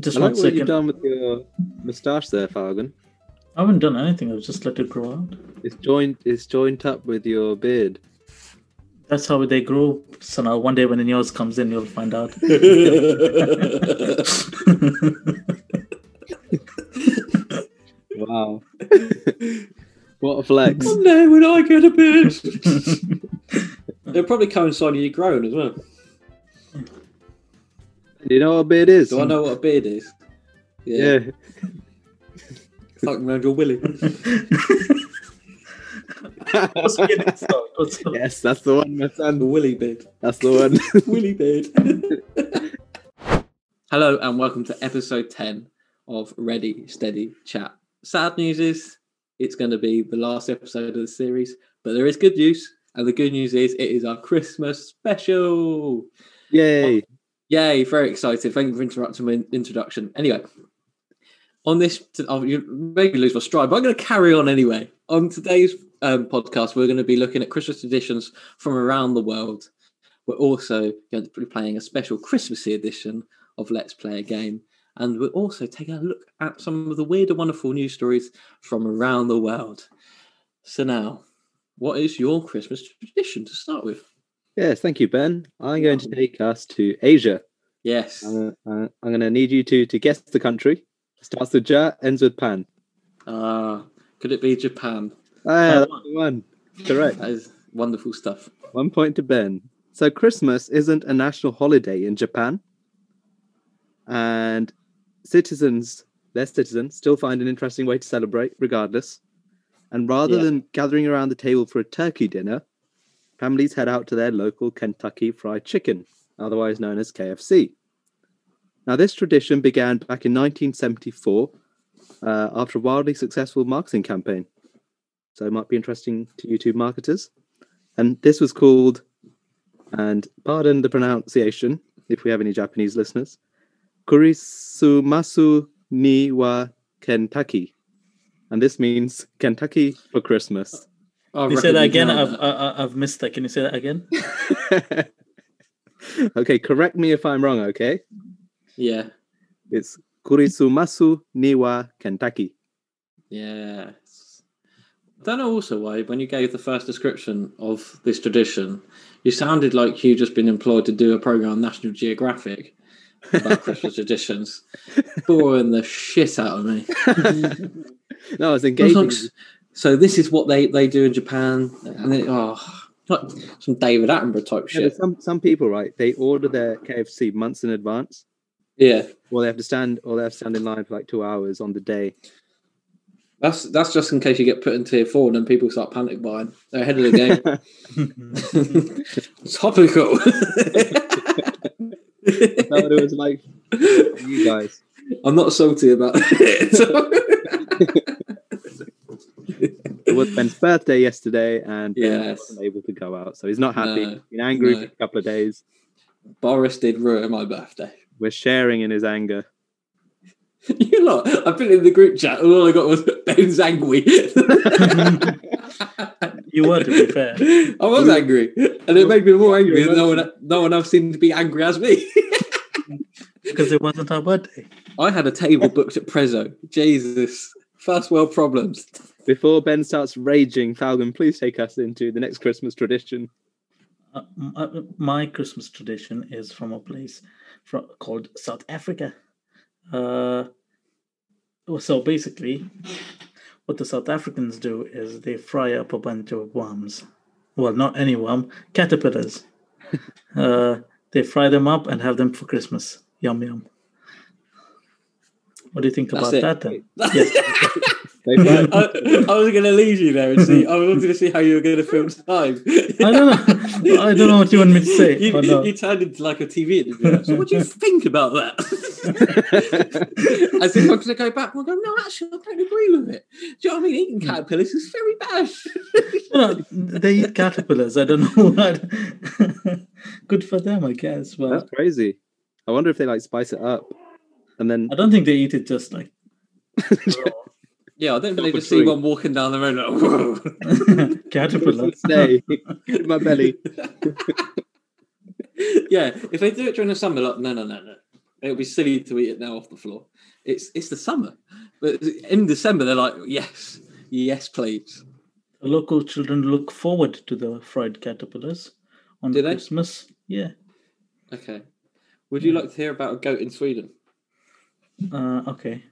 Just I one like what you've second. done with your moustache there, Falcon. I haven't done anything. I've just let it grow out. It's joined. It's joined up with your beard. That's how they grow. So now one day when the yours comes in, you'll find out. Wow. what a flex! One day when I get a beard, it'll probably coincide with you growing as well. Do you know what a beard is? Do I know what a beard is? Yeah. It's like around your willy. What's beard is, though? What's- Yes, that's the one, my And son. the willy beard. That's the one. willy beard. Hello and welcome to episode 10 of Ready, Steady, Chat. Sad news is it's going to be the last episode of the series, but there is good news. And the good news is it is our Christmas special. Yay! Yay, very excited. Thank you for interrupting my introduction. Anyway, on this, I'll you maybe lose my stride, but I'm going to carry on anyway. On today's um, podcast, we're going to be looking at Christmas traditions from around the world. We're also going to be playing a special Christmassy edition of Let's Play a Game. And we're also taking a look at some of the weird and wonderful news stories from around the world. So, now, what is your Christmas tradition to start with? Yes, thank you, Ben. I'm going to take us to Asia. Yes. I'm gonna, I'm- I'm gonna need you two to guess the country. Starts with Ja, ends with Pan. Uh, could it be Japan? Ah, that's Taiwan. the one. Correct. That is wonderful stuff. One point to Ben. So Christmas isn't a national holiday in Japan, and citizens, their citizens, still find an interesting way to celebrate, regardless. And rather Yeah. than gathering around the table for a turkey dinner, families head out to their local Kentucky Fried Chicken, otherwise known as KFC. Now, this tradition began back in 1974 uh, after a wildly successful marketing campaign. So, it might be interesting to YouTube marketers. And this was called, and pardon the pronunciation if we have any Japanese listeners, Kurisumasu ni wa Kentucky. And this means Kentucky for Christmas. I you say that again? I've, recommend I, I- I've missed that. Can you say that again? okay, correct me if I'm wrong, okay? yeah, It's Kurisumasu Niwa Kentucky. yeah. I don't know. Also, why when you gave the first description of this tradition, you sounded like you just been employed to do a program on National Geographic about Christmas traditions, boring the shit out of me. No, I was It was engaging. like, so this is what they they do in Japan, and then oh, like some David Attenborough type Yeah, but shit. some some people, right? They order their KFC months in advance, Yeah, or they have to stand, or they have to stand in line for like two hours on the day. that's that's just in case you get put in tier four, and then people start panic buying. They're ahead of the game. Topical. That's what it was like. for you guys, I'm not salty about it. it was Ben's birthday yesterday, and Ben Yes. wasn't able to go out, so he's not happy. No, He's been angry no. for a couple of days. Boris did ruin my birthday. We're sharing in his anger. You lot, I've been in the group chat and all I got was Ben's angry. you were, to be fair. I was angry. And it made me more angry that no one no one else seemed to be angry as me. Because it wasn't our birthday. I had a table booked at Prezzo. Jesus. First world problems. Before Ben starts raging, Falcon, please take us into the next Christmas tradition. Uh, m- uh, my Christmas tradition is from a place from, called South Africa. Uh, so basically, what the South Africans do is they fry up a bunch of worms. Well, not any worm, caterpillars. uh, they fry them up and have them for Christmas. Yum yum. What do you think That's about it. that then? They I, find- I was going to leave you there and see. I wanted to see how you were going to film time. I don't know. I don't know what you want me to say. You, Oh, no. you turned into like a TV interview. So what do you think about that? As if I'm going to go back and go, no, actually, I don't agree with it. Do you know what I mean? Eating caterpillars is very bad. No, no, they eat caterpillars. I don't know what. Good for them, I guess. that's Well, crazy. I wonder if they like spice it up, and then I don't think they eat it just like. raw. yeah, I Proper don't believe to see treat. one walking down the road. Like, Whoa. Caterpillar. stay in my belly. yeah, if they do it during the summer, like, no, no, no, no. It would be silly to eat it now off the floor. It's it's the summer, but in December they're like, yes, yes, please. The local children look forward to the fried caterpillars on Do they? Christmas. Yeah. Okay. Would you like to hear about a goat in Sweden? Uh, okay.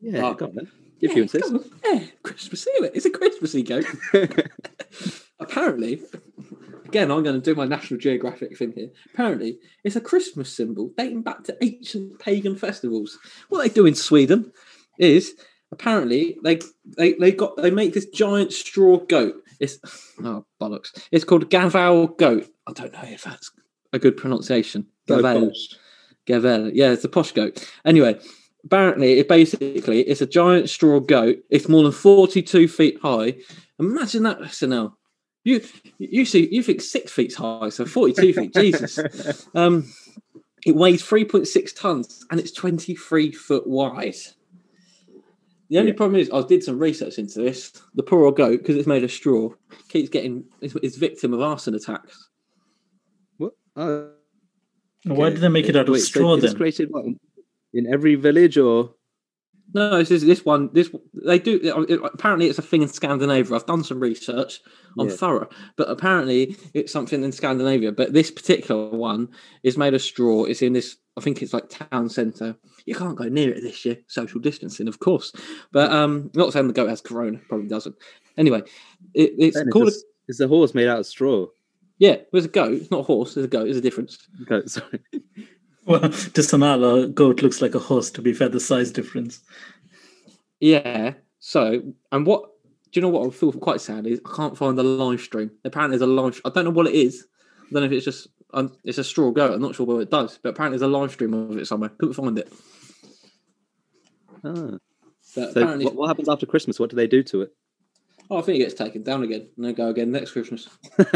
Yeah, Oh. go on then. If you insist. come on. Yeah, Christmassy. isn't it? It's a Christmassy goat. Apparently, again, I'm going to do my National Geographic thing here. Apparently, it's a Christmas symbol dating back to ancient pagan festivals. What they do in Sweden is apparently they they, they got they make this giant straw goat. It's oh bollocks. It's called Gavel goat. I don't know if that's a good pronunciation. Go Gavel. posh. Gavel. Yeah, it's a posh goat. Anyway, apparently, it basically it's a giant straw goat. It's more than forty-two feet high. Imagine that, SNL. You you see you think six feet high, so forty-two feet. Jesus. Um, it weighs three point six tons and it's twenty-three foot wide. The only Yeah. problem is, I did some research into this. The poor old goat, because it's made of straw, keeps getting is, is victim of arson attacks. What? Oh, Why okay. did they make it out of Wait, so straw it's then? created what, in every village or No, this is this one. This they do. Apparently, it's a thing in Scandinavia. I've done some research. I'm Yeah. thorough, but apparently, it's something in Scandinavia. But this particular one is made of straw. It's in this. I think it's like town centre. You can't go near it this year. Social distancing, of course. But um, not saying the goat has corona. Probably doesn't. Anyway, it, it's Then it's called. a A, s- it's a horse made out of straw. yeah, it was a goat. It's not a horse. It's a goat. There's a difference. Goat, sorry. Well, to Sanala, a goat looks like a horse. To be fair, the size difference. Yeah. So, and what do you know? What I feel quite sad is I can't find the live stream. Apparently, there's a live. I don't know what it is. I don't know if it's just um, it's a straw goat. I'm not sure what it does, but apparently there's a live stream of it somewhere. Couldn't find it. Ah. But So apparently, what, what happens after Christmas? What do they do to it? oh, I think it gets taken down again and then go again next Christmas.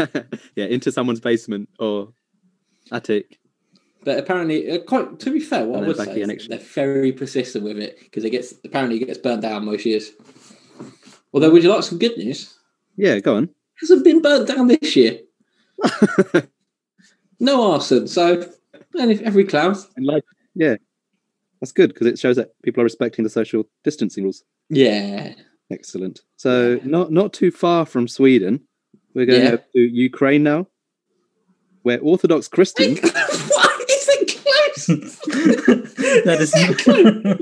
yeah, into someone's basement or attic. But apparently, uh, quite to be fair, And what I then would back say again next is they're very persistent with it because it gets apparently it gets burnt down most years. Although, would you like some good news? Yeah, go on. hasn't been burnt down this year. no arson. So and if every cloud. And like, yeah, that's good because it shows that people are respecting the social distancing rules. Yeah. Excellent. So not not too far from Sweden, we're going Yeah. over to Ukraine now, where Orthodox Christians. Why is it close? that is.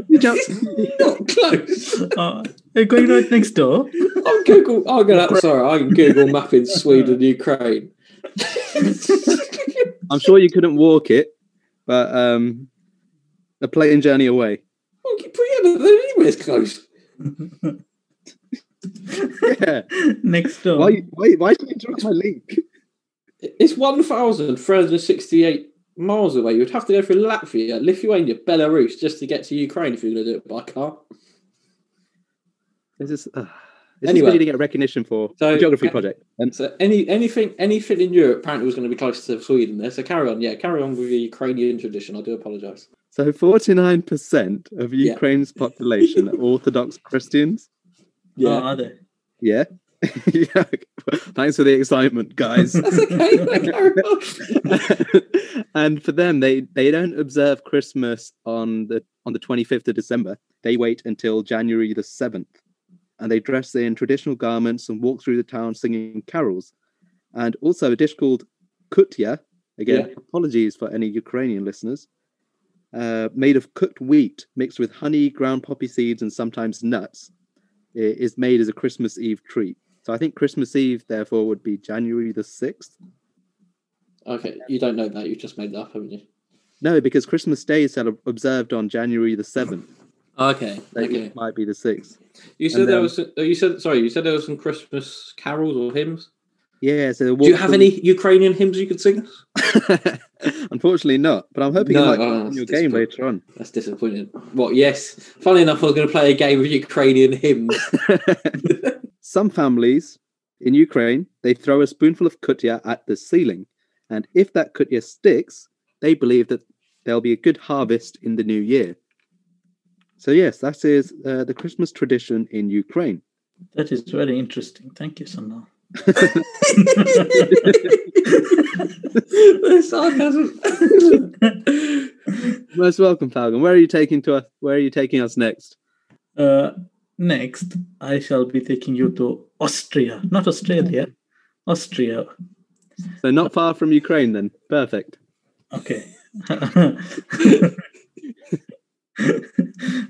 You don't- It's not close. uh, are you going right next door. I'm Google. I'm gonna. Sorry, I can Google mapping Sweden, Ukraine. I'm sure you couldn't walk it, but um, a plane journey away. Anywhere's close. Yeah. Next door. Why, why, why did you interrupt my link? It's 1,368 miles away. You'd have to go through Latvia, Lithuania, Belarus just to get to Ukraine if you're going to do it by car. This is, uh, this Anyway. is what you get recognition for So- the geography project. uh, And So any anything anything in Europe apparently was going to be close to Sweden there. So carry on, yeah, carry on with the Ukrainian tradition. I do apologise. so, forty-nine percent of Yeah. Ukraine's population are Orthodox Christians. Oh, Uh, are they? Yeah. yeah. Thanks for the excitement, guys. that's okay. no, carry on. and for them, they they don't observe Christmas on the on the twenty fifth of December. They wait until January the seventh, and they dress in traditional garments and walk through the town singing carols. And also a dish called kutya. Again, Yeah. apologies for any Ukrainian listeners. Uh, made of cooked wheat mixed with honey, ground poppy seeds, and sometimes nuts, it is made as a Christmas Eve treat. So I think Christmas Eve, therefore, would be January the sixth. Okay, you don't know that. You just made that up, haven't you? No, because Christmas Day is cele- observed on January the seventh. Okay, So okay. it might be the sixth. You said And, there um, was. oh, You said sorry. You said there was some Christmas carols or hymns. Yeah. So Do you have any Ukrainian hymns you could sing? us? Unfortunately, not. But I'm hoping No, you might oh, play in that's your game disappointing. later on. That's disappointing. What? Yes. Funny enough, I was going to play a game of Ukrainian hymns. Some families in Ukraine they throw a spoonful of kutya at the ceiling, and if that kutya sticks, they believe that there'll be a good harvest in the new year. So yes, that is uh, the Christmas tradition in Ukraine. That is very interesting. Thank you, Sanal. the sarcasm. Most welcome, Falcon. Where are you taking to us? Where are you taking us next? Uh, next, I shall be taking you to Austria, not Australia, Austria. So not far from Ukraine, then. Perfect. Okay.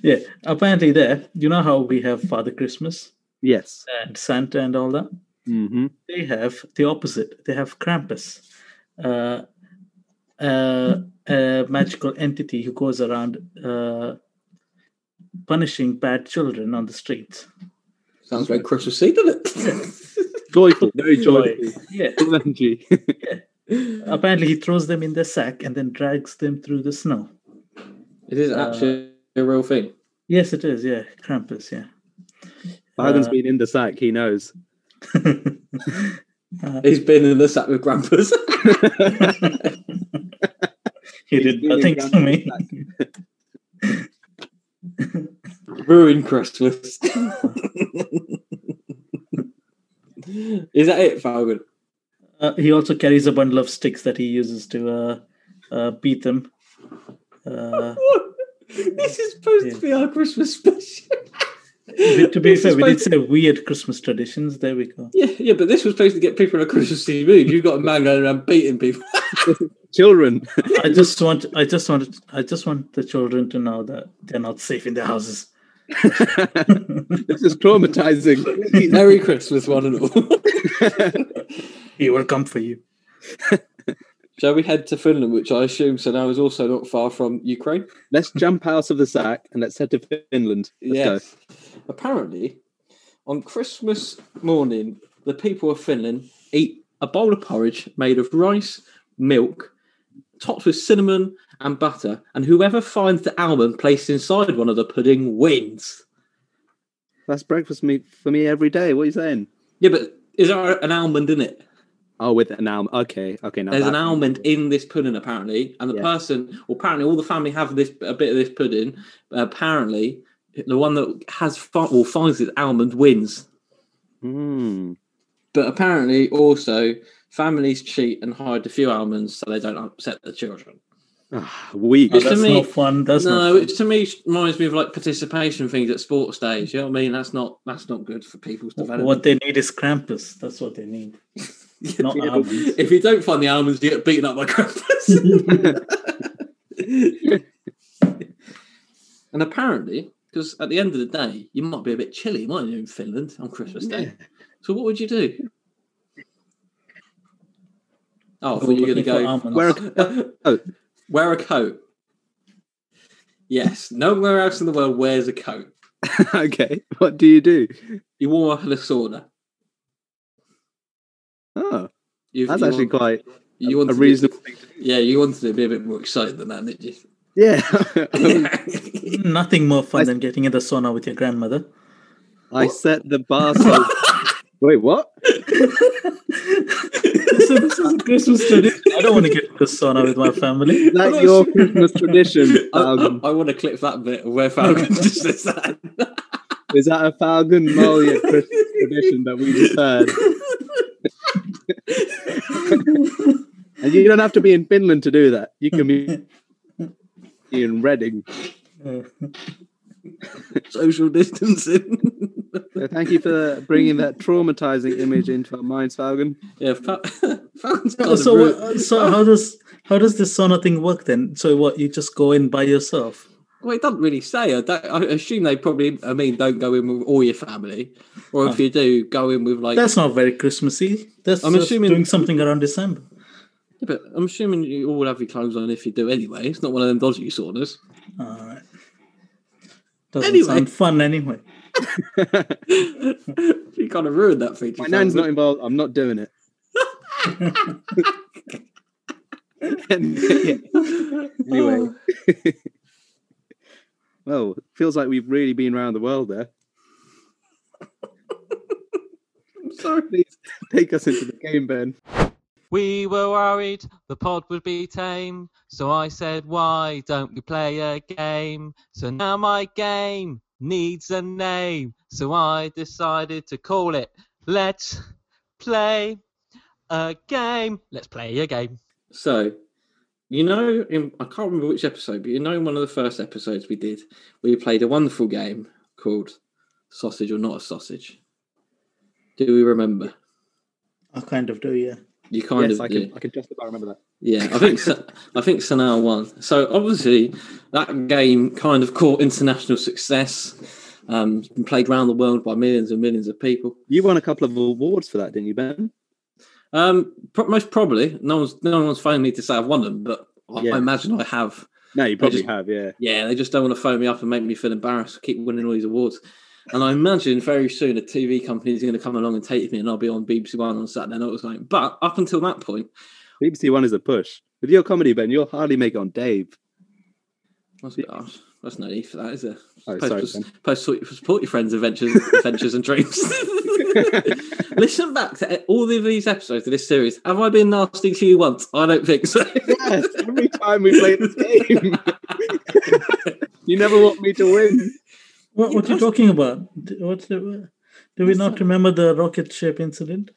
yeah, apparently, there, you know how we have Father Christmas Yes. and Santa and all that? Mm-hmm. hmm They have the opposite, they have Krampus, uh, uh, a magical entity who goes around uh, punishing bad children on the streets. Sounds very Christmassy, doesn't it? Joyful, very Joy. joyful. Yeah. Full of energy. Apparently, he throws them in the sack and then drags them through the snow. It is Uh, actually a real thing. Yes, it is. Yeah, Krampus. Yeah. Falcon's Uh, been in the sack. He knows. He's been in the sack with grandpas. he He's did been in nothing to me. Krampus' Ruined Christmas. is that it, Falcon? Uh, he also carries a bundle of sticks that he uses to uh, uh, beat them. Uh, This is supposed to be our Christmas special. to be This fair, is we did supposed say weird Christmas traditions. There we go. Yeah, yeah, but this was supposed to get people in a Christmassy mood. You've got a man going around beating people. Children. I just want, I just want, I just want the children to know that they're not safe in their houses. this is traumatizing. Merry Christmas, one and all. He will come for you. Shall we head to Finland, which I assume so now is also not far from Ukraine? let's jump out of the sack and let's head to Finland. Let's go. yes. Apparently, on Christmas morning, the people of Finland eat a bowl of porridge made of rice, milk, topped with cinnamon and butter, and whoever finds the almond placed inside one of the pudding wins. That's breakfast meat for me every day. What are you saying? Yeah, but is there an almond in it? Oh, with an almond. Okay, okay. Now There's that- an almond in this pudding, apparently, and the Yeah. person, well, apparently, all the family have this a bit of this pudding. apparently, the one that has fi- well finds this almond wins. Hmm. But apparently, also families cheat and hide a few almonds so they don't upset the children. Ah, weak. Oh, It's to that's me- no fun. That's no, no. which to me reminds me of like participation things at sports days. You know what I mean? That's not that's not good for people's development. What they need is Krampus. That's what they need. Not Yeah, but- almonds. if you don't find the almonds, you get beaten up by Krampus. and apparently, because at the end of the day, you might be a bit chilly, might you, in Finland on Christmas Yeah. Day? So what would you do? Oh, I Go thought you were looking going to for go almonds. wear a coat. Oh, Wear a coat. Yes, nowhere else in the world wears a coat. okay. What do you do? You warm up in a sauna. Oh, You've, that's you actually want- quite you a wanted to- reasonable thing. To do. Yeah, you wanted to be a bit more excited than that, didn't you? Yeah. Mm, Nothing more fun I- than getting in the sauna with your grandmother. I set the bar. So... Wait, what? So this is a Christmas tradition. I don't want to get in the sauna with my family. Is that not your sure. Christmas tradition? Um, I, Falcon? want to clip that bit of where Falcon just says that. Is that a Falcon Malia Christmas tradition that we just heard? and you don't have to be in Finland to do that. You can be in Reading. Uh, Social distancing. So thank you for bringing that traumatizing image into our minds, Falcon. yeah, Fal- Falcon's got so, the root. what, so how does how does this sauna thing work then? So what you just go in by yourself? Well, it doesn't really say. I, don't, I assume they probably, I mean, don't go in with all your family. Or if you do, go in with like. That's not very Christmassy. That's I'm just assuming- doing something around December. but I'm assuming you all have your clothes on if you do anyway. It's not one of them dodgy saunas. All right. Doesn't Anyway. sound fun anyway. you kind of ruined that feature. My nan's not Falcon. involved. I'm not doing it. And- yeah. Oh. Anyway. well, it feels like we've really been around the world there. I'm sorry. Take us into the game, Ben. We were worried the pod would be tame, so I said, Why don't we play a game? So now my game needs a name, so I decided to call it Let's play a game. Let's play a game. So, you know, in, I can't remember which episode, but you know, in one of the first episodes we did, we played a wonderful game called Sausage or Not a Sausage. Do we remember? I kind of do, yeah. You kind yes, of I do. can, I can just about remember that. Yeah, I think Sa- I think Sanaa won. So obviously that game kind of caught international success. Um, it's been played around the world by millions and millions of people. You won a couple of awards for that, didn't you, Ben? Um, pro- most probably, no one's no one's phoned me to say I've won them, but I, Yeah. I imagine I have. No, you probably just- have, yeah. Yeah, they just don't want to phone me up and make me feel embarrassed. I keep winning all these awards, and I imagine very soon a TV company is going to come along and take me, and I'll be on BBC One on Saturday night or something. But up until that point, BBC One is a push. With your comedy, Ben, you'll hardly make it on Dave. that's, oh, that's no need for that, is there? Oh, Post, sorry, post, post support- support your friends' adventures, adventures and dreams. Listen back to e-, all of these episodes of this series. Have I been nasty to you once? I don't think so. Yes, every time we play this game. you never want me to win. What, what are you asked- talking about? D- What's the, do we not remember the rocket ship incident?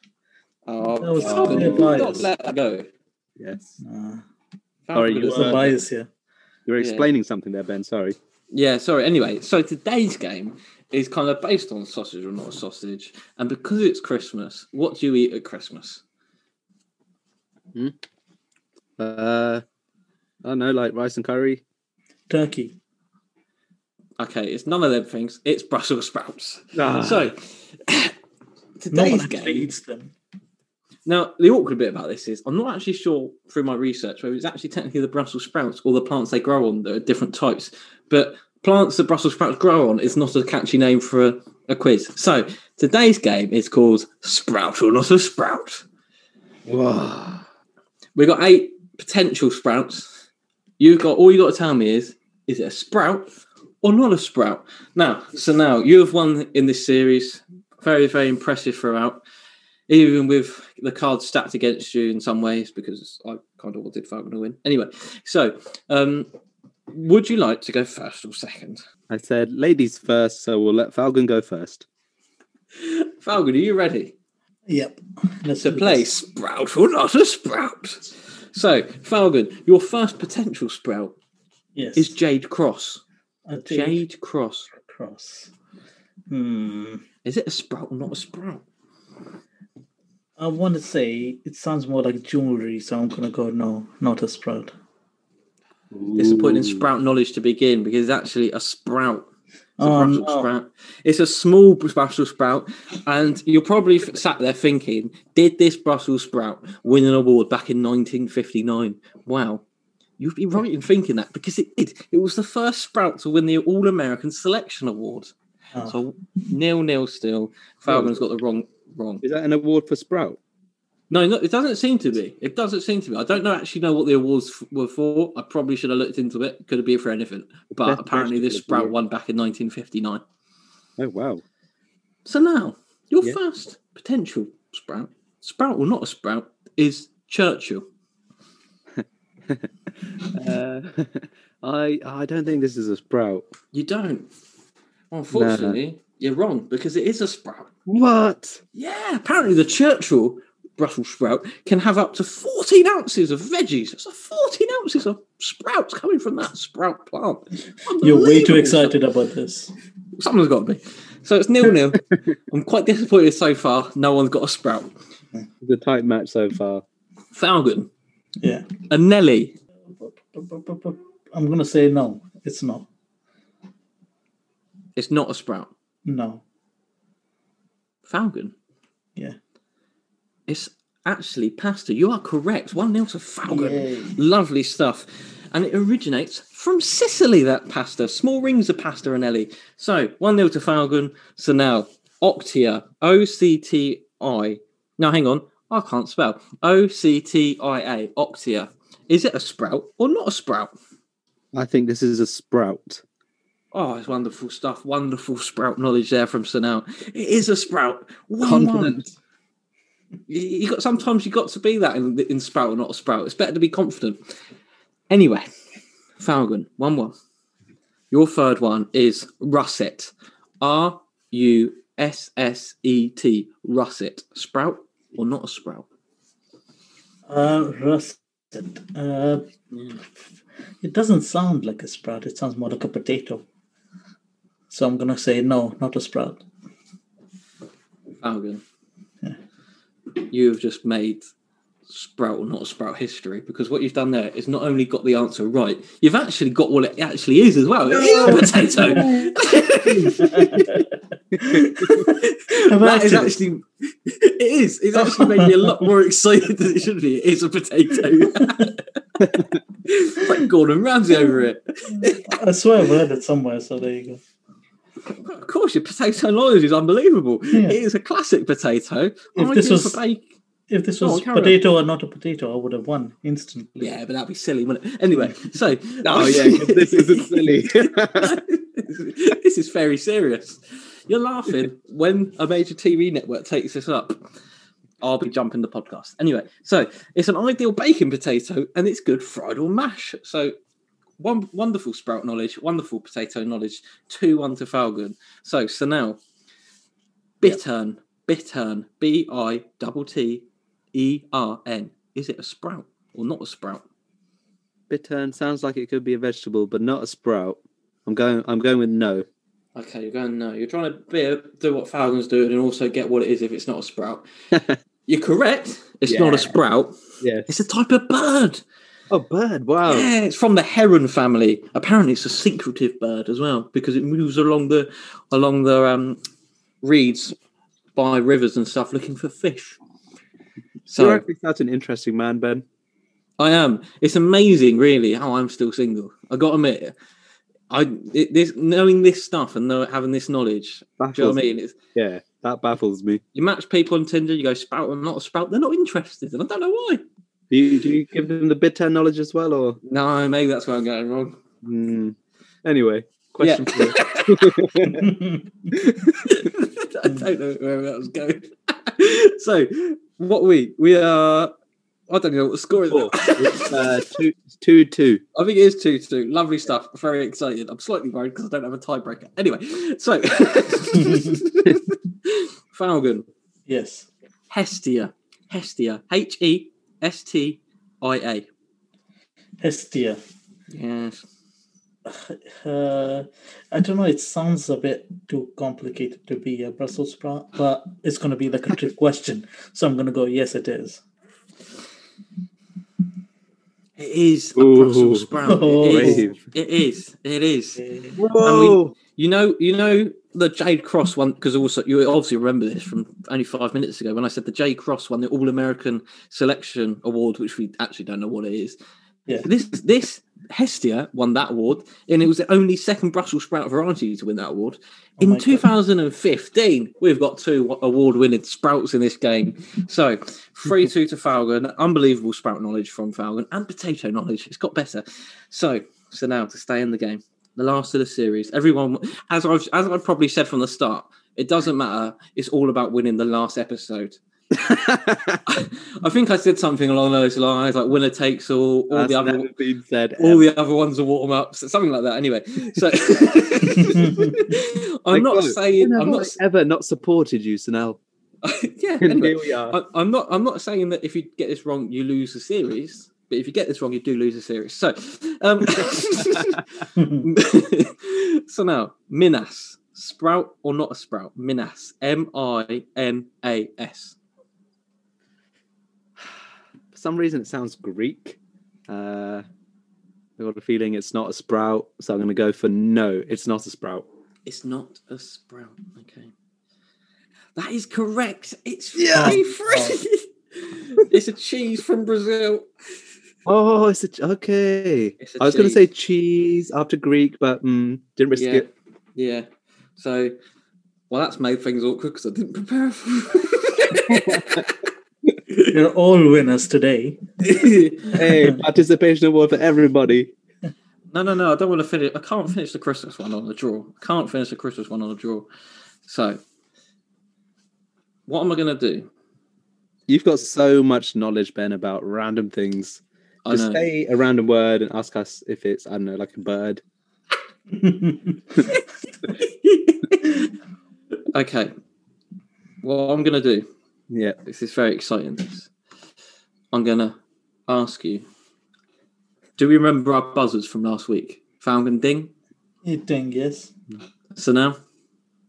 Oh, That was how a could bit you not biased. let that go. Yes. Uh, How Sorry, could you it- the were. bias here. You were Yeah. explaining something there, Ben. Sorry. Yeah, sorry. Anyway, so today's game is kind of based on sausage or not a sausage, and because it's Christmas, what do you eat at Christmas? Uh, I don't know, like rice and curry. Turkey. Okay, it's none of them things. It's Brussels sprouts. Ah, So No one today's actually game. eats them. Now, the awkward bit about this is I'm not actually sure through my research whether it's actually technically the Brussels sprouts or the plants they grow on that are different types. But plants that Brussels sprouts grow on is not a catchy name for a, a quiz. So today's game is called Sprout or Not a Sprout. Whoa. We've got eight potential sprouts. You've got all you got to tell me is is it a sprout or not a sprout? Now, so now you have won in this series. Very, very impressive throughout. Even with the cards stacked against you in some ways, because I kind of wanted Falcon to win. Anyway, so um, would you like to go first or second? I said ladies first, so we'll let Falcon go first. Falcon, are you ready? Yep. Let's to do play this. sprout or not a sprout? So, Falcon, your first potential sprout Yes. is Jade Cross. I think Jade Cross. Cross. Hmm. Is it a sprout or not a sprout? I want to say it sounds more like jewelry, so I'm gonna go no, not a sprout. Disappointing Ooh. sprout knowledge to begin because it's actually a sprout. It's a Oh, Brussels no. sprout. It's a small Br- Brussels sprout, and you're probably f- sat there thinking, "Did this Brussels sprout win an award back in 1959?" Wow, you'd be right in thinking that because it did. It was the first sprout to win the All-American Selection Award. Oh. So nil nil still. Falcon's got the wrong wrong. Is that an award for Sprout? No, no, it doesn't seem to be. It doesn't seem to be. I don't know actually know what the awards f- were for. I probably should have looked into it. Could it be for anything? But Best apparently, this vegetable of the sprout year. won back in 1959. Oh wow. So now, your Yeah. first potential sprout, sprout or not a sprout, is Churchill. Uh, I I don't think this is a Sprout. You don't. Unfortunately, you're wrong because it is a sprout. What? Yeah, apparently the Churchill Brussels sprout can have up to 14 ounces of veggies. That's 14 ounces of sprouts coming from that sprout plant. You're way too Unbelievable. excited about this. Someone's got to be. So it's nil nil. I'm quite disappointed so far. No one's got a sprout. It's a tight match so far. Falcon, Yeah. a Nelly. I'm gonna say no. It's no. It's not a sprout. No. Falcon, Yeah. it's actually pasta. You are correct. One nil to Falcon. Yay. Lovely stuff. And it originates from Sicily. That pasta, small rings of pasta and Nelly. So one nil to Falcon. So now Octia, O C T I. Now hang on, I can't spell. O C T I A. Octia. Is it a sprout or not a sprout? I think this is a Sprout. Oh, it's wonderful stuff. Wonderful sprout knowledge there from Sunil. It is a sprout. One, one. Confident. You, you got sometimes you got to be that in, in sprout or not a sprout. It's better to be confident. Anyway, Falcon, one one. Your third one is russet. R U S S E T. Russet. Sprout or not a sprout? Uh, russet. Uh, it doesn't sound like a sprout. It sounds more like a potato. So I'm gonna say no, not a sprout. Falcon. You have Oh, just made sprout or not sprout history because what you've done there is not only got the answer right, you've actually got what it actually is as well. It is a potato. that is Imagine. actually it is. It's actually made me a lot more excited than it should be. It is a potato. it's like Gordon Ramsay over it. I swear I've read it somewhere. So there you go. Of course, your potato knowledge is unbelievable. Yeah. It is a classic potato. If I this do was- for bake- If this Go was on, carry on. potato or not a potato, I would have won instantly. Yeah, but that'd be silly, wouldn't it? Anyway, so Oh yeah, 'cause this isn't silly. this is very serious. You're laughing when a major TV network takes this up. I'll be jumping the podcast. Anyway, so it's an ideal baking potato and it's good fried or mash. So one wonderful sprout knowledge, wonderful potato knowledge, two one to Falcon. So so now bittern, bittern, B I double T E R N. Is it a sprout or not a sprout? Bittern sounds like it could be a vegetable, but not a sprout. I'm going. I'm going with no. Okay, you're going no. You're trying to be a, do what Falcon's doing and also get what it is if it's not a sprout. you're correct. It's not Yeah. a sprout. Yes. It's a type of bird. Oh, bird! Wow. Yeah, it's from the heron family. Apparently, it's a secretive bird as well because it moves along the along the um, reeds by rivers and stuff looking for fish. So You're actually such an interesting man, Ben. I am. It's amazing, really, how I'm still single. I got to admit, I it, this knowing this stuff and know, having this knowledge. Baffles Do you know what I me. mean? It's, Yeah, that baffles me. You match people on Tinder, you go spout or not a spout, they're not interested, and I don't know why. Do you, do you give them the bittern knowledge as well, or No, maybe that's where I'm going wrong. Hmm. anyway? Question. Yeah. for you. I don't know where that was going. so, what we we are, I don't know what the score is. Four. now. It's, uh, two, two, two. I think it is two two. Lovely stuff. Very excited. I'm slightly worried because I don't have a tiebreaker. Anyway, so Falcon, Yes. Hestia, Hestia, H E S T I A. Hestia. Yes. Uh, I don't know. It sounds a bit too complicated to be a Brussels sprout, but it's gonna be like a trick question. So I'm gonna go. Yes, it is. It is a Ooh. Brussels sprout. it, is. Brave. it is. It is. Uh, Whoa! You know. You know the Jade Cross one because also you obviously remember this from only five minutes ago when I said the Jade Cross won the All American Selection Award, which we actually don't know what it is. Yeah. This this Hestia won that award, and it was the only second Brussels sprout variety to win that award my in God. 2015. We've got two award-winning sprouts in this game. So three two to Falcon, unbelievable sprout knowledge from Falcon and potato knowledge. It's got better. So so now to stay in the game, the last of the series. Everyone, as I've as I probably said from the start, it doesn't matter. It's all about winning the last episode. I think I said something along those lines, like winner takes all. All That's the other never been said. all the other ones are water maps, something like that. Anyway, so I'm Like, not look, saying Never I'm not. have I ever not supported you, Sunil. yeah, And anyway, here we are. I, I'm not. I'm not saying that if you get this wrong, you lose the series. But if you get this wrong, you do lose the series. So, um, so now Minas sprout or not a sprout? Minas M I N A S. For some reason, it sounds Greek. Uh, I got a feeling it's not a sprout, so I'm going to go for no. It's not a sprout. It's not a sprout. Okay. That is correct. It's Yeah. free free. it's a cheese from Brazil. Oh, it's a, ch- okay. It's a I was going to say cheese after Greek, but mm, didn't risk yeah. it. Yeah. So, well, that's made things awkward because I didn't prepare for You're all winners today. Hey, participation award for everybody. No, no, no. I don't want to finish. I can't finish the Christmas one on a draw. I can't finish the Christmas one on a draw. So, what am I going to do? You've got so much knowledge, Ben, about random things. I Just know. say a random word and ask us if it's, I don't know, like a bird. okay. What I'm going to do Yeah. This is very exciting. This. I'm gonna ask you. Do we remember our buzzers from last week? Falcon ding. It ding, yes. So now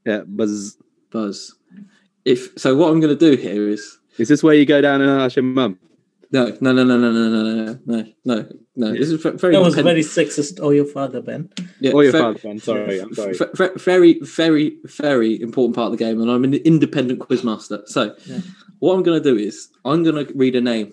Yeah. Buzz. buzz. If so, what I'm gonna do here is Is this where you go down and ask your mum? no, no, no, no, no, no, no, no, no, no, no. This is ve- very. That was pen- very sexist. Oh, your father, Ben. yeah, Or your ve- father, Ben. Sorry. I'm sorry. ve- ve- very, very, very important part of the game, and I'm an independent quizmaster. So, Yeah. what I'm going to do is I'm going to read a name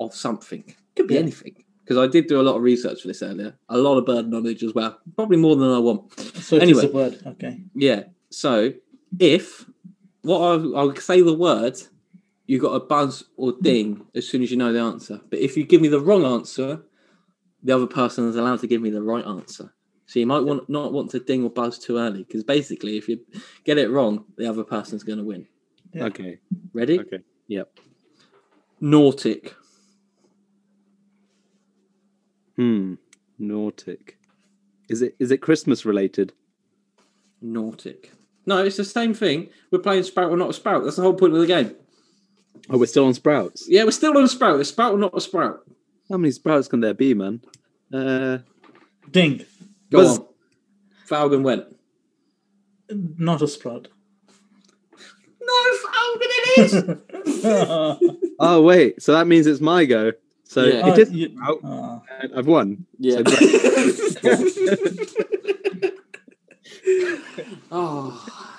of something. Could be Yeah. anything because I did do a lot of research for this earlier. A lot of bird knowledge as well, probably more than I want. So it is Anyway. a word. Okay. Yeah. So, if what I, I'll say the word, you got a buzz or ding as soon as you know the answer. But if you give me the wrong answer, the other person is allowed to give me the right answer. So you might want not want to ding or buzz too early because basically, if you get it wrong, the other person's going to win. Yeah. Okay. Ready? Okay. Yep. Nautic. Hmm. Nautic. Is it is it Christmas related? Nautic. No, it's the same thing. We're playing Sprout or not a Sprout. That's the whole point of the game. Oh, we're still on sprouts. Yeah, we're still on a Sprout. It's Sprout or not a Sprout. How many sprouts can there be, man? Uh, Ding. Go Buzz. on. Falcon went. Not a sprout. No, Falcon it is. oh, oh wait, so that means it's my go. So Yeah. it is. you- sprout. oh. I've won. yeah. oh.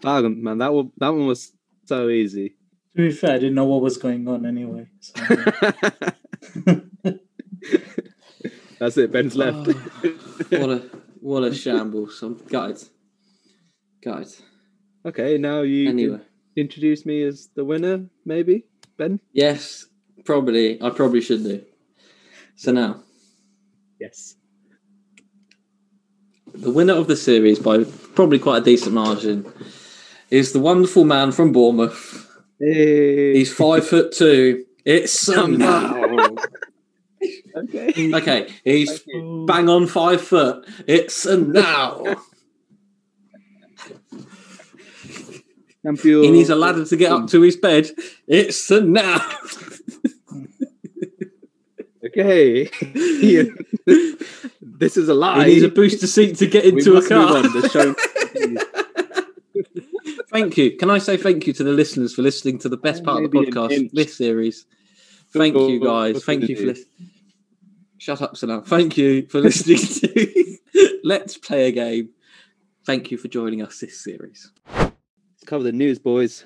Falcon, Ah, man, that one, that one was so easy. To be fair, I didn't know what was going on anyway. So, That's it. Oh. Ben's left. what a what a shambles. I'm gutted. Gutted. okay, now you can Anyway. introduce me as the winner, maybe Ben. Yes, probably. I probably should do. So now. Yes. The winner of the series by probably quite a decent margin is the wonderful man from Bournemouth. Hey. He's five foot two. It's Sumner. okay. Okay, he's Thank you. bang on five foot. It's a now. Champion. He needs a ladder to get up to his bed. It's a now. Okay. he this is a lie. needs a booster seat to get We into a must move car. on. The show- Thank you. Can I say thank you to the listeners for listening to the best part of the Maybe an podcast, inch. this series? Thank you Football guys. Thank you for opportunity. listening. Shut up, Sanam. Thank you for listening to Let's Play a Game. Thank you for joining us this series. Let's cover the news, boys.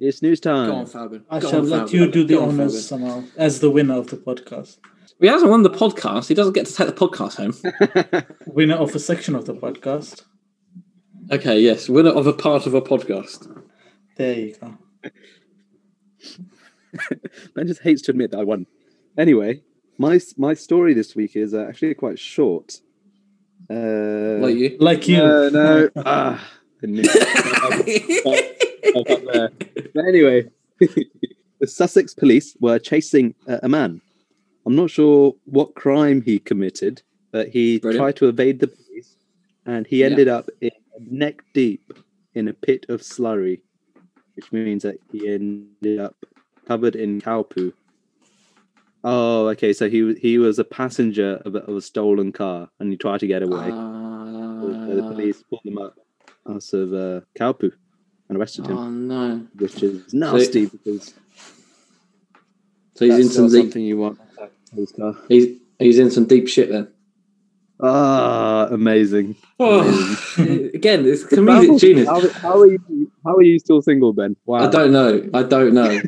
It's news time. Go on, Falcon. I Go shall on, let Falcon. you do the Go on, honors Falcon. somehow as the winner of the podcast, If He hasn't won the podcast. He doesn't get to take the podcast home. winner of a section of the podcast. okay, yes. Winner of a part of a podcast. There you go. Ben just hates to admit that I won. Anyway, my my story this week is uh, actually quite short. Uh, Like you. Like you. No, no. ah, I knew I got there. But anyway, the Sussex police were chasing uh, a man. I'm not sure what crime he committed, but he Brilliant. tried to evade the police, and he Yeah. ended up in, neck deep in a pit of slurry, which means that he ended up covered in cow poo. Oh, okay. So he w- he was a passenger of a, of a stolen car, and he tried to get away. So the Ah, police pulled him up out of uh, cow poo and arrested him oh, no. which is nasty because So he's in that's some not deep, something you want. in his car. he's, he's in some deep shit then. Ah, amazing! Oh, again, it's How- comedic genius. How, how are you? How are you still single, Ben? Wow. I don't know. I don't know.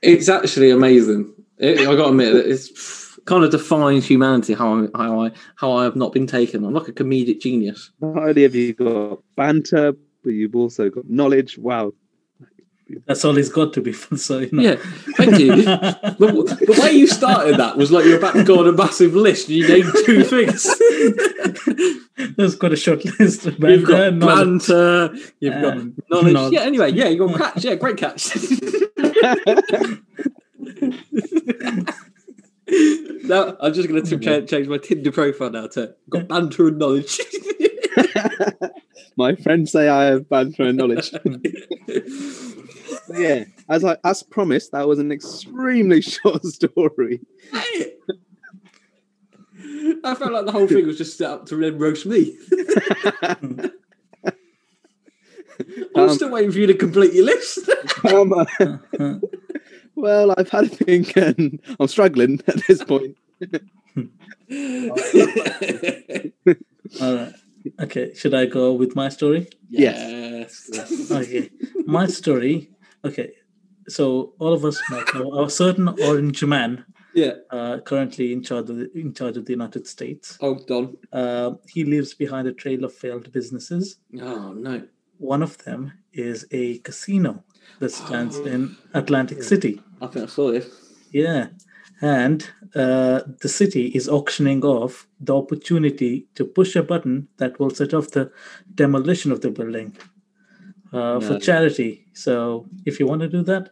it's actually amazing. It, I got to admit, it's kind of defines humanity how I how I how I have not been taken. I'm like a comedic genius. Not only have you got banter, but you've also got knowledge. Wow. That's all he's got to be fun. So you know. Yeah, thank you. the, the way you started that was like you're about to go on a massive list. and You named two things. That's quite a short list. Uh, You've got Ben, no, banter. You've got And knowledge. nod. Yeah. Anyway, yeah, you got catch. Yeah, great catch. now I'm just going to change, change my Tinder profile now to got banter and knowledge. My friends say I have banter and knowledge. yeah, as I as promised, that was an extremely short story. I felt like the whole thing was just set up to then roast me. I'm Um, still waiting for you to complete your list. Um, uh, well, I've had a think, and I'm struggling at this point. yes. All right. Okay, should I go with my story? Okay, my story. Okay, so all of us might know a certain orange man Yeah. uh, currently in charge of the, in charge of the United States. Oh, Don. Uh, he leaves behind a trail of failed businesses. Oh, no. One of them is a casino that stands in Atlantic City. I think I saw this. Yeah. And uh, the city is auctioning off the opportunity to push a button that will set off the demolition of the building uh, for No. charity. So if you want to do that,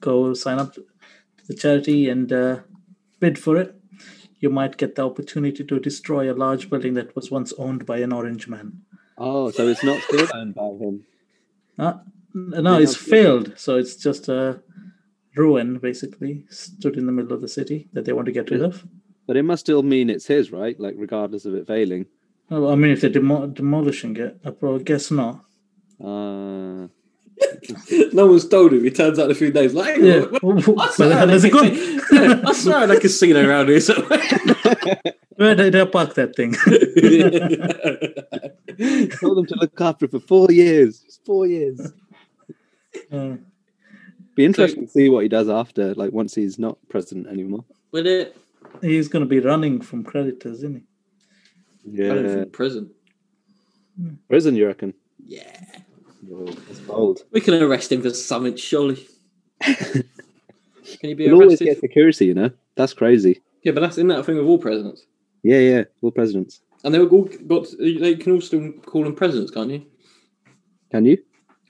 go sign up to the charity and uh, bid for it. You might get the opportunity to destroy a large building that was once owned by an orange man. Oh, so it's not still owned by him. Uh, n- no, it's failed. So it's just a ruin, basically, stood in the middle of the city that they want to get rid of. But it must still mean it's his, right? Like, regardless of it failing. Oh, I mean, if they're demo- demolishing it, I probably guess not. Uh, No one's told him. He turns out in a few days like, hey, Yeah, what- what- I but swear the hell I is it can going? see- Yeah, I swear I had a casino around here somewhere. Where did I park that thing? I told him to look after it for four years. It's four years. Uh, Be interesting to see what he does after, like once he's not president anymore. With it, he's going to be running from creditors, isn't he? running Yeah, from prison. prison, you reckon? Yeah. It's bold. We can arrest him for something, surely. can he be He'll always arrested? get security, you know. That's crazy. Yeah, but that's in that thing with all presidents. Yeah, yeah. All presidents. And they were all got. They can all still call them presidents, can't you? Can you?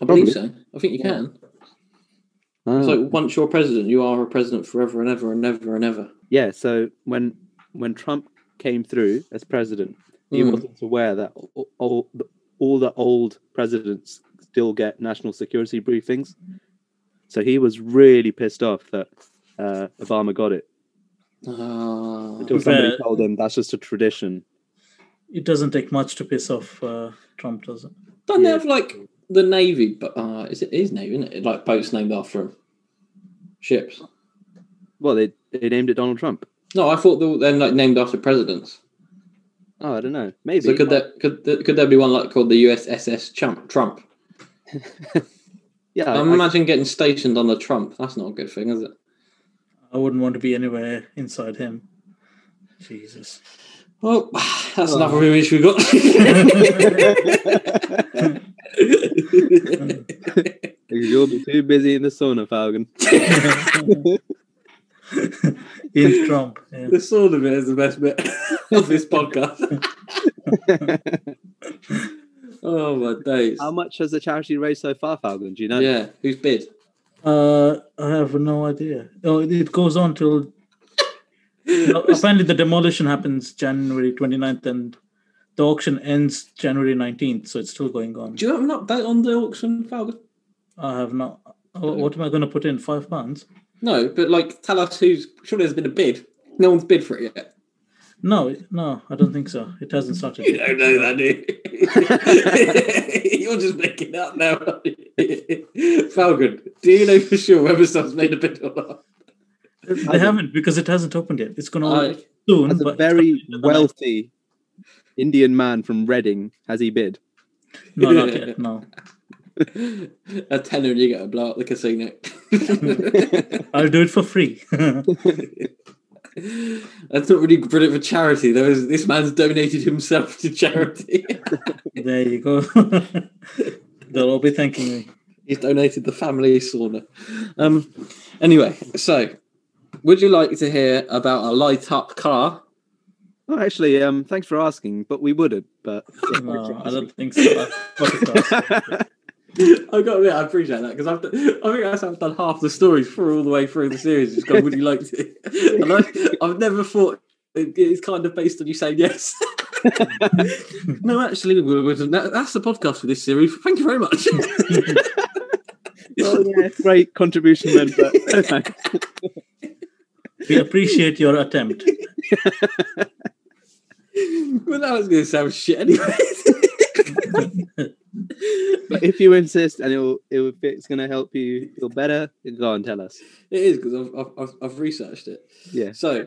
I believe Probably. so. I think you can. Ah. It's like once you're president, you are a president forever and ever and ever and ever. yeah so when when trump came through as president he Mm. wasn't aware that all, all, all the old presidents still get national security briefings so he was really pissed off that uh, obama got it Ah. until somebody Fair. told him that's just a tradition It doesn't take much to piss off uh, Trump, does it? Don't they Yeah. have like the navy? But uh, is it is navy? Isn't it like boats named after him? Ships. well they, they named it donald trump No, I thought they were then like named after presidents. oh i don't know maybe So could there could there, could there be one like called the USSS Trump? Trump. yeah I, I- imagine getting stationed on the Trump. That's not a good thing, is it? I wouldn't want to be anywhere inside him. Jesus. Well, that's another image we got. yeah, you'll be too busy in the sauna falcon In Trump. Yeah. the sword of it is the best bit of this podcast. oh my days! how much has the charity raised so far falcon do you know Yeah, who's bid? Uh, I have no idea. Oh, it- it goes on till. No, apparently, the demolition happens January 29th and the auction ends January 19th, so it's still going on. Do you have an update on the auction, Falcon? I have not. oh, What am I going to put in? Five pounds? No, but like, tell us who's. Surely there's been a bid. No one's bid for it yet. No, no, I don't think so. It hasn't started. You yet. don't know that, do you? You're just making up now. Falcon, do you know for sure whether someone's made a bid or not? They haven't because it hasn't opened yet. It's going to I- open soon. As a but very it's not yet. wealthy Indian man from Reading, has he bid? no, not yet. No, a tenner and you get a blow up the casino. I'll do it for free. That's not really brilliant for charity. Though, is this man's donated himself to charity. there you go. They'll all be thanking me. He's donated the family sauna. Um, anyway, so would you like to hear about a light up car? Oh, actually, um, thanks for asking, but we wouldn't. But No, Oh, I don't think so. I've got to start. I got to admit, I appreciate that because I've done, I think that's how I've done half the stories for all the way through the series. It's gone, would you like to? And I, I've never thought it, it's kind of based on you saying yes. no, actually, we wouldn't. That, that's the podcast for this series. Thank you very much. Oh, yeah, great contribution then. But no thanks. We appreciate your attempt. well, that was going to sound shit anyway. But if you insist, and it'll, it'll if it's going to help you feel better, go and tell us. it is because I've, I've, I've, I've researched it. Yeah. So,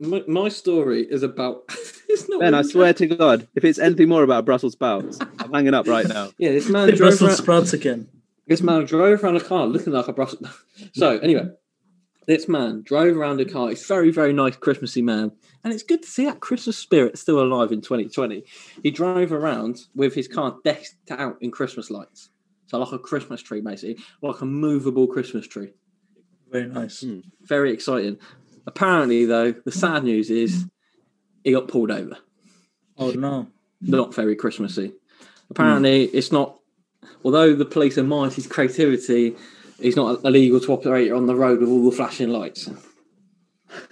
my, my story is about. it's not Ben, I really- swear to God, if it's anything more about Brussels sprouts, I'm hanging up right now. Yeah, this man Say drove Brussels around, sprouts again. this man drove around a car looking like a Brussels. so anyway, this man drove around a car. He's very very nice Christmassy man, and it's good to see that Christmas spirit still alive in 2020. He drove around with his car decked out in Christmas lights, so like a Christmas tree basically, like a movable Christmas tree. Very nice. Hmm. Very exciting. Apparently though, the sad news is he got pulled over. Oh no. not very Christmassy. Apparently, it's not. Although the police are mind his creativity, it's not illegal to operate on the road with all the flashing lights.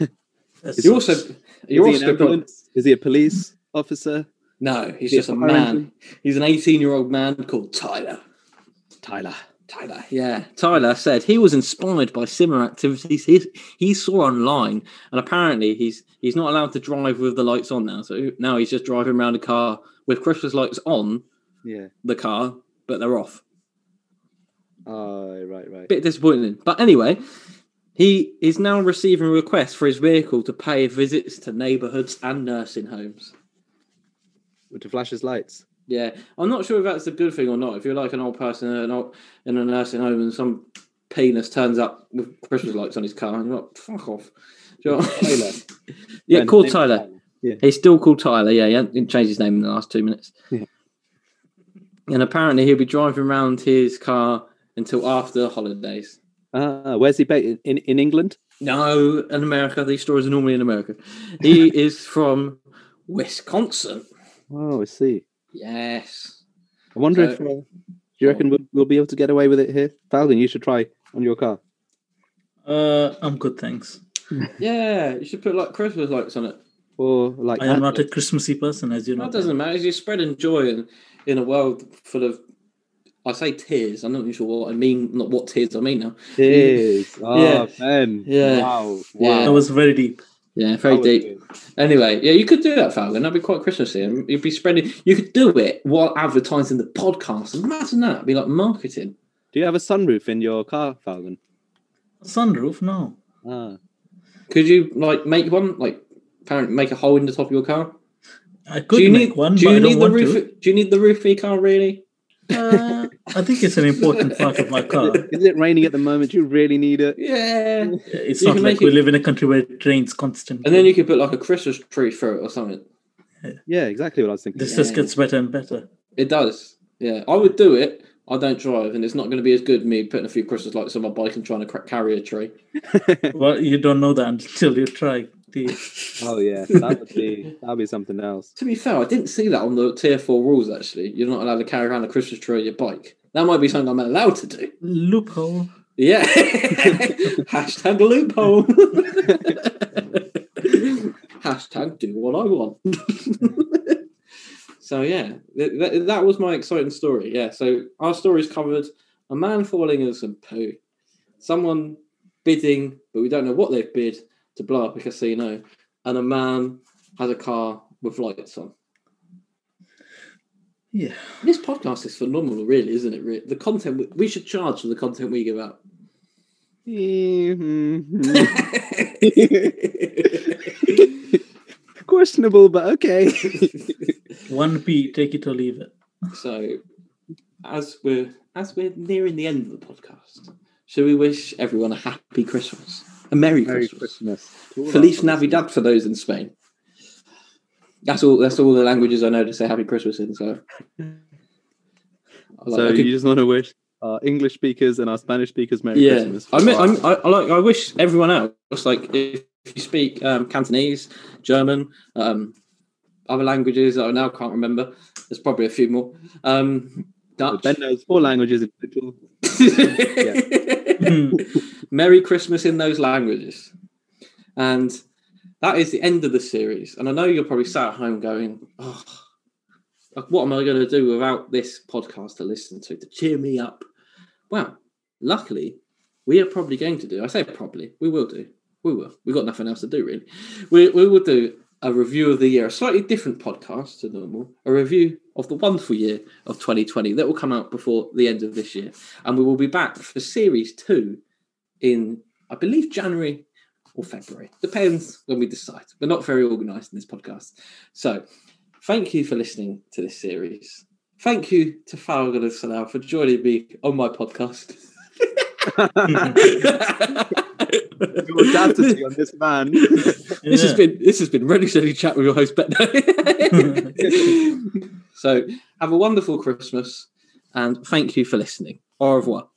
That's You also, Is you he, an also ambulance? Is he a police officer? no, he's Is just a he a fire man. engine? He's an 18 year old man called Tyler. Tyler. Tyler, yeah. Tyler said he was inspired by similar activities he, he saw online, and apparently he's he's not allowed to drive with the lights on now. So now he's just driving around a car with Christmas lights on Yeah. the car, but they're off. Oh, right, right. bit disappointing. But anyway, he is now receiving requests for his vehicle to pay visits to neighbourhoods and nursing homes. To flash his lights. Yeah, I'm not sure if that's a good thing or not. If you're like an old person in an old, in a nursing home and some penis turns up with Christmas lights on his car, and you're like, fuck off. Do you know what I mean? Tyler. yeah, Ben, call name- Tyler. He's still called Tyler. Yeah, he hasn't- didn't change his name in the last two minutes. Yeah. And apparently, he'll be driving around his car until after the holidays. Ah, where's he based? In, in England? No, in America. These stories are normally in America. He is from Wisconsin. Oh, I see. Yes. I wonder So- if. Uh, do you reckon we'll, we'll be able to get away with it here? Falcon, you should try on your car. Uh, I'm good, thanks. Yeah, you should put like Christmas lights on it. Or like. I am that. not a Christmassy person, as you know. That doesn't matter. You're spreading joy in, in a world full of, I say tears. I'm not even sure what I mean, not what tears I mean now. Cheers. Oh, Yeah. Ben. Yeah. Wow. That Yeah. Wow. was very deep. Yeah, very That was deep. good. Anyway, yeah, you could do that, Falcon. That'd be quite Christmassy. And You'd be spreading, you could do it while advertising the podcast. Imagine that. It'd be like marketing. Do you have a sunroof in your car, Falcon? Sunroof? No. Ah. Could you like make one, like, apparently make a hole in the top of your car? I could do you make need one, do but you I don't need the want roof? e- to. Do you need the roof for your car really? Uh, I think it's an important part of my car. Is it raining at the moment? Do you really need it? Yeah. It's You not can like make we it- live in a country where it rains constantly. And then you could put like a Christmas tree through it or something. Yeah, exactly what I was thinking. this just Yeah. gets better and better. It does. Yeah, I would do it. I don't drive, and it's not going to be as good me putting a few Christmas lights on my bike and trying to cra- carry a tree. Well, you don't know that until you try. The, Oh yeah, that would be that would be something else. To be fair, I didn't see that on the tier four rules. Actually, you're not allowed to carry around a Christmas tree on your bike. That might be something I'm allowed to do. loophole. Yeah. Hashtag loophole. Hashtag do what I want. so yeah, th- th- that was my exciting story. Yeah. So our stories covered a man falling in some poo, someone bidding, but we don't know what they've bid to blow up a casino, and a man has a car with lights on. Yeah. This podcast is phenomenal, really, isn't it? Really? The content we- we should charge for the content we give out. Mhm. Questionable, but okay. 1p, take it or leave it. so, as we're as we're nearing the end of the podcast, should we wish everyone a happy Christmas, a merry, Christmas, to all Feliz our listeners. Navidad for those in Spain. That's all. That's all the languages I know to say Happy Christmas in. So, I like- So I could- you just want to wish our English speakers and our Spanish speakers Merry yeah, Christmas. I mean, I'm, I, I like. I wish everyone else, like, if you speak um, Cantonese, German, um, other languages that I now can't remember. There's probably a few more. Um, Dutch. Ben knows four languages in total. Hmm. Merry Christmas in those languages, and that is the end of the series. And I know you're probably sat at home going, "Oh, like, what am I going to do without this podcast to listen to to cheer me up?" Well, Luckily, we are probably going to do. I say probably. We will do. We will. We've got nothing else to do really. We we will do a review of the year, a slightly different podcast to normal, a review of the wonderful year of 2020 that will come out before the end of this year, and we will be back for series two in I believe January or February. Depends when we decide. We're not very organised in this podcast. So, thank you for listening to this series. Thank you to Farrell and Salah for joining me on my podcast. Your audacity on this man. This has Yeah. been this has been Ready Steady Chat with your host Betno. so have a wonderful Christmas and thank you for listening. Au revoir.